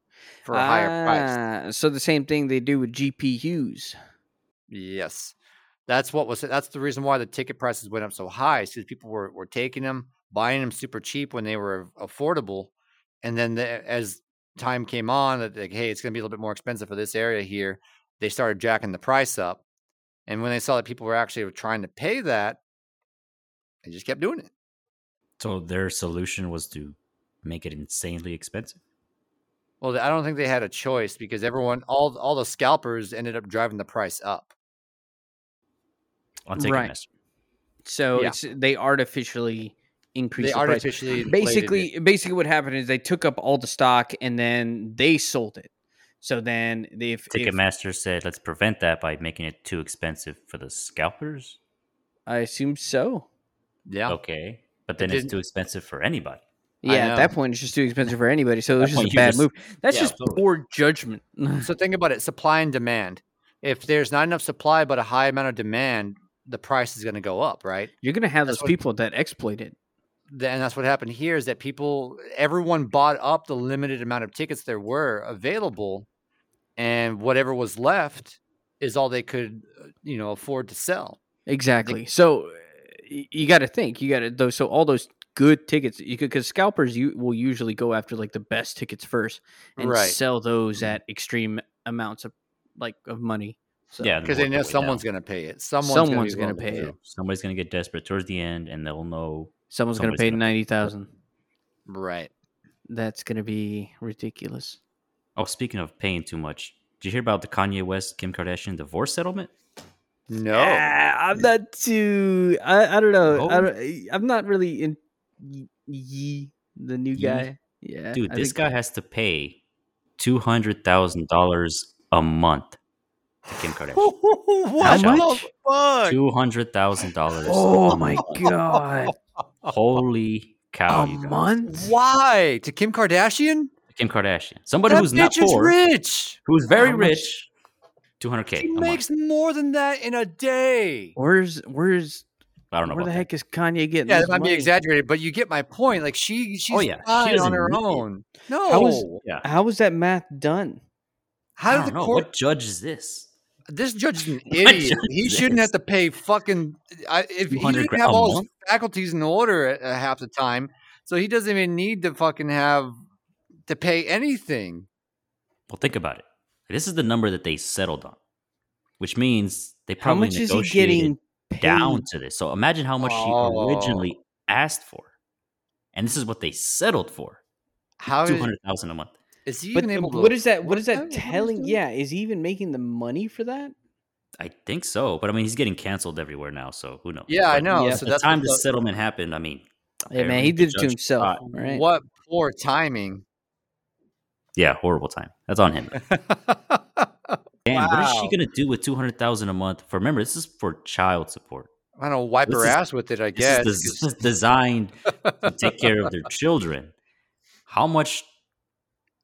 for a higher price. Ah, So the same thing they do with GPUs. Yes, that's what was. That's the reason why the ticket prices went up so high. Because people were were taking them, buying them super cheap when they were affordable, and then the, as time came on, that like, hey, it's going to be a little bit more expensive for this area here. They started jacking the price up, and when they saw that people were actually trying to pay that, they just kept doing it. So their solution was to make it insanely expensive. Well, I don't think they had a choice because everyone, all all the scalpers ended up driving the price up. I'll take Right. a mess. So Yeah. it's they artificially increase They the price. artificially inflated it. basically basically what happened is they took up all the stock and then they sold it so then they if, if- Ticketmaster said, let's prevent that by making it too expensive for the scalpers. i assume so yeah, oh. Okay. But then it's didn't- too expensive for anybody. I yeah at that point it's just too expensive for anybody so it That was just a point, you bad just- move that's yeah, just totally. poor judgment So think about it: supply and demand. If there's not enough supply but a high amount of demand, the price is going to go up, right? you're gonna have That's those what- people that exploit it Th- And that's what happened here: is that people, everyone bought up the limited amount of tickets there were available, and whatever was left is all they could, uh, you know, afford to sell. exactly so uh, y- you got to think you got to those so all those good tickets you could because scalpers you will usually go after like the best tickets first and Right. sell Mm-hmm. those at extreme amounts of like of money so yeah. Because they know someone's going to pay it. Someone's, gonna be Someone's gonna willing to pay pay it. it. to. Somebody's going to get desperate towards the end and they'll know. someone's gonna Someone's pay gonna- 90000 Right. That's gonna be ridiculous. Oh, speaking of paying too much, did you hear about the Kanye West Kim Kardashian divorce settlement? No. Ah, I'm not too. I, I don't know. I Oh. don't, I'm not really in Ye, Ye, the new Ye? guy. Yeah, Dude, I this think- guy has to pay $200,000 a month to Kim Kardashian. what How the much? fuck? $200,000. Oh my god! Holy cow. A you guys. month? Why to Kim Kardashian? Kim Kardashian. Somebody that who's bitch not poor, is rich. who's very How much- rich. 200K. She a month. makes more than that in a day. Where's where's I don't know where about the that. heck is Kanye getting? Yeah, this that might money? be exaggerated, but you get my point. Like she, she's Oh, yeah. She fine on doesn't her need it. own. No, How how, is- Yeah. How was that math done? I did don't the know. court? What judge is this? This judge is an What idiot. judge He is shouldn't this? have to pay fucking. I, if he 200 didn't grand have a all his month? faculties in order at, at half the time, so he doesn't even need to fucking have to pay anything. Well, think about it. This is the number that they settled on, which means they How probably much is he getting paid? down to this. So imagine how much Oh. she originally asked for, and this is what they settled for: How two is, hundred thousand a month. is he But even able to? what is that? What afford is I that don't telling? understand. Yeah, is he even making the money for that? I think so, but I mean he's getting canceled everywhere now, so who knows? Yeah, I But know. Yeah. So the that's time what the the- settlement happened. I mean, Hey man, apparently he the did it to judge himself. thought- Right? What poor timing. yeah, horrible time. That's on him. I Damn, what is she Wow. gonna do with two hundred thousand a month? For remember, this is for child support. don't know, wipe This her is- ass with it, I This guess. is des- 'cause- this is designed to take care of their children. How much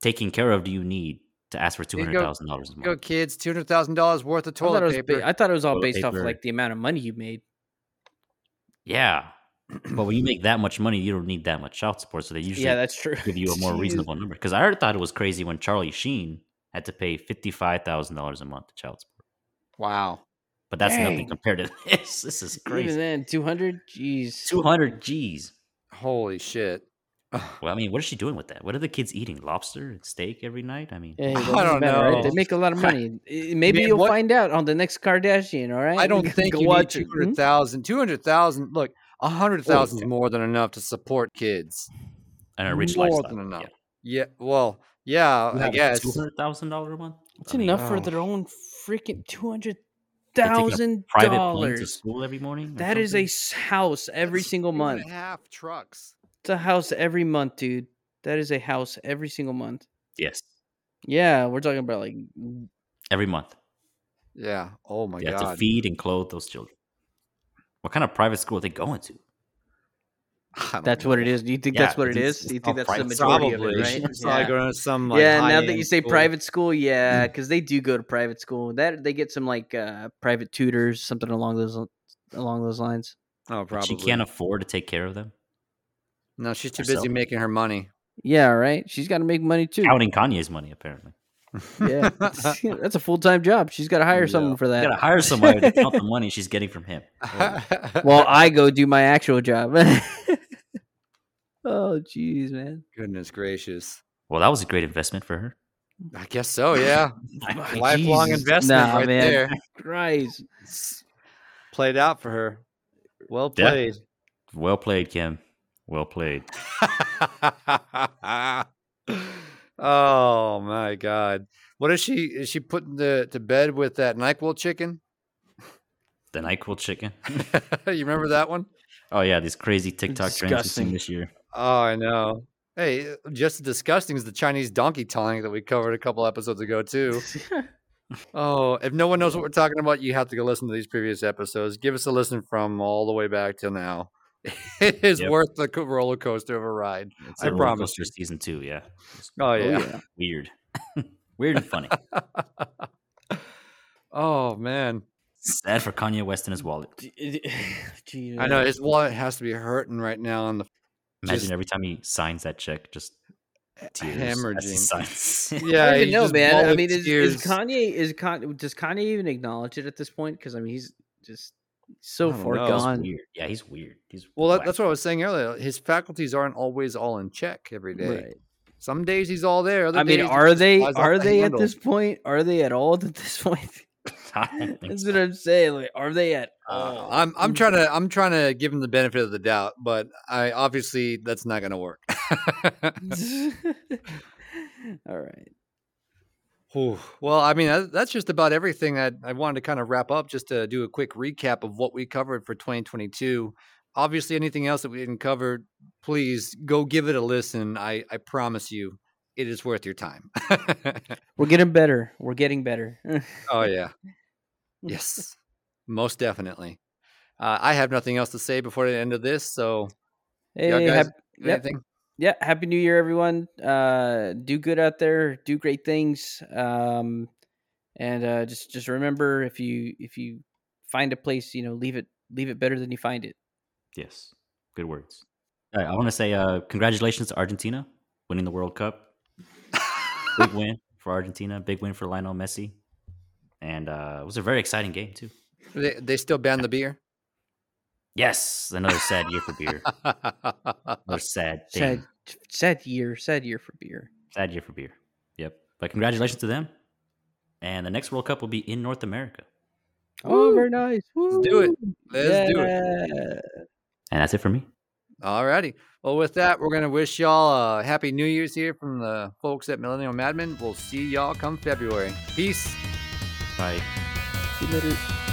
taking care of do you need to ask for two You go- hundred thousand dollars a month? Go kids, two hundred thousand dollars worth of I thought, it toilet was ba- paper. I thought it was all Toilet based off paper. like the amount of money you made. Yeah, but when you make that much money, you don't need that much child support. So they usually yeah, that's true. give you a more Jeez. reasonable number. Because I already thought it was crazy when Charlie Sheen had to pay fifty five thousand dollars a month to child support. Wow. But that's Dang. nothing compared to this. This is Even crazy. then, two hundred. Jeez. Two hundred G's. Holy shit. Well, I mean, what is she doing with that? What are the kids eating? Lobster and steak every night? I mean, Hey, I doesn't don't matter, right? know. They make a lot of money. Eh, Maybe Man, you'll what- find out on the next Kardashian. All right. I don't think Go you need watch it. hmm? two hundred thousand. Two hundred thousand. Look, a hundred thousand is yeah. more than enough to support kids. and a rich more lifestyle. than enough. Yeah. Well. Yeah. I guess. two hundred thousand dollars a month. It's I mean, enough for oh. their own freaking two hundred taking a thousand Private plane to dollars. school every morning. or That is something? a s- house every That's single two and a month. half trucks. It's a house every month, dude. That is a house every single month. yes Yeah, we're talking about like every month. Yeah. Oh my you have to god. feed and clothe those children. What kind of private school are they going to? I don't that's know. what it is. Do you think Yeah, that's what it it's- is? it's Do you think all that's the private. majority Probably. of it, right? She's probably Yeah. Hmm. going to some like. yeah, now that high-end you say school. private school, yeah, because they do go to private school. That they get some like uh, private tutors, something along those along those lines. Oh, But probably. She can't afford to take care of them. no, she's too herself. busy making her money. Yeah, right. She's got to make money too. Counting Kanye's money, apparently. Yeah, that's a full time job. She's got to hire someone for You that. gotta hire somebody to count the money she's getting from him. Oh, Well, I go do my actual job. oh, jeez, man. Goodness gracious. well, that was a great investment for her. I guess so. Yeah. I mean, Lifelong Jesus. investment Nah, right man. there. Christ. It's played out for her. Well Yeah. played. Well played, Kim. Well played. oh my god. What is she is she putting the to bed with that NyQuil chicken? The Nyquil chicken. you remember that one? Oh yeah, these crazy TikTok trends we've Disgusting. seen this year. Oh, I know. Hey, just as disgusting as the Chinese donkey tongue that we covered a couple episodes ago too. Oh, if no one knows what we're talking about, you have to go listen to these previous episodes. Give us a listen from all the way back till now. it is Yep. worth the co- roller coaster of a ride. It's I a roller promise coaster season two. Yeah, It's Oh yeah. yeah. weird, weird and funny. Oh man. Sad for Kanye West in his wallet. Jeez, I know his wallet has to be hurting right now on the Imagine Just- every time he signs that check, just tears. as he hemorrhaging. signs. Yeah, I don't even you know, just man. ball I of mean, is, is tears. Kanye is Con- does Kanye even acknowledge it at this point? Because I mean, he's just so I don't far know. He's It's gone. weird. Yeah, he's weird. He's Well, that, whack. that's what I was saying earlier. His faculties aren't always all in check every day. Right. Some days eh? he's all there. Other I mean, days he are just they flies off are the they handle. at this point? Are they at all at this point? I don't think That's so. what I'm saying. Like, are they at Uh, all? I'm I'm trying to I'm trying to give him the benefit of the doubt, but I obviously that's not going to work. all right. Whew. Well, I mean that- that's just about everything that I wanted to kind of wrap up. Just to do a quick recap of what we covered for 2022. Obviously, anything else that we didn't cover, please go give it a listen. I I promise you, it is worth your time. We're getting better. We're getting better. Oh yeah. Yes. Most definitely. Uh, I have nothing else to say before the end of this. So Y'all hey, guys- hap- you Yep. got anything? yeah happy new year everyone uh do good out there do great things um and uh just just remember if you if you find a place you know leave it leave it better than you find it Yes, good words. All right, I want to say uh, congratulations to Argentina winning the World Cup. Big win for Argentina. Big win for Lionel Messi. And uh, it was a very exciting game too. They, they still ban the beer. Yes, another sad year for beer. Another sad thing. sad sad year sad year for beer Sad year for beer. Yep. But congratulations to them. And the next World Cup will be in North America. oh Woo. very nice Let's do it. Let's do it. it And that's it for me. Alrighty. Well, with that, we're gonna wish y'all a happy New Year's here from the folks at Millennial Madmen. We'll see y'all come February. Peace. Bye. see you later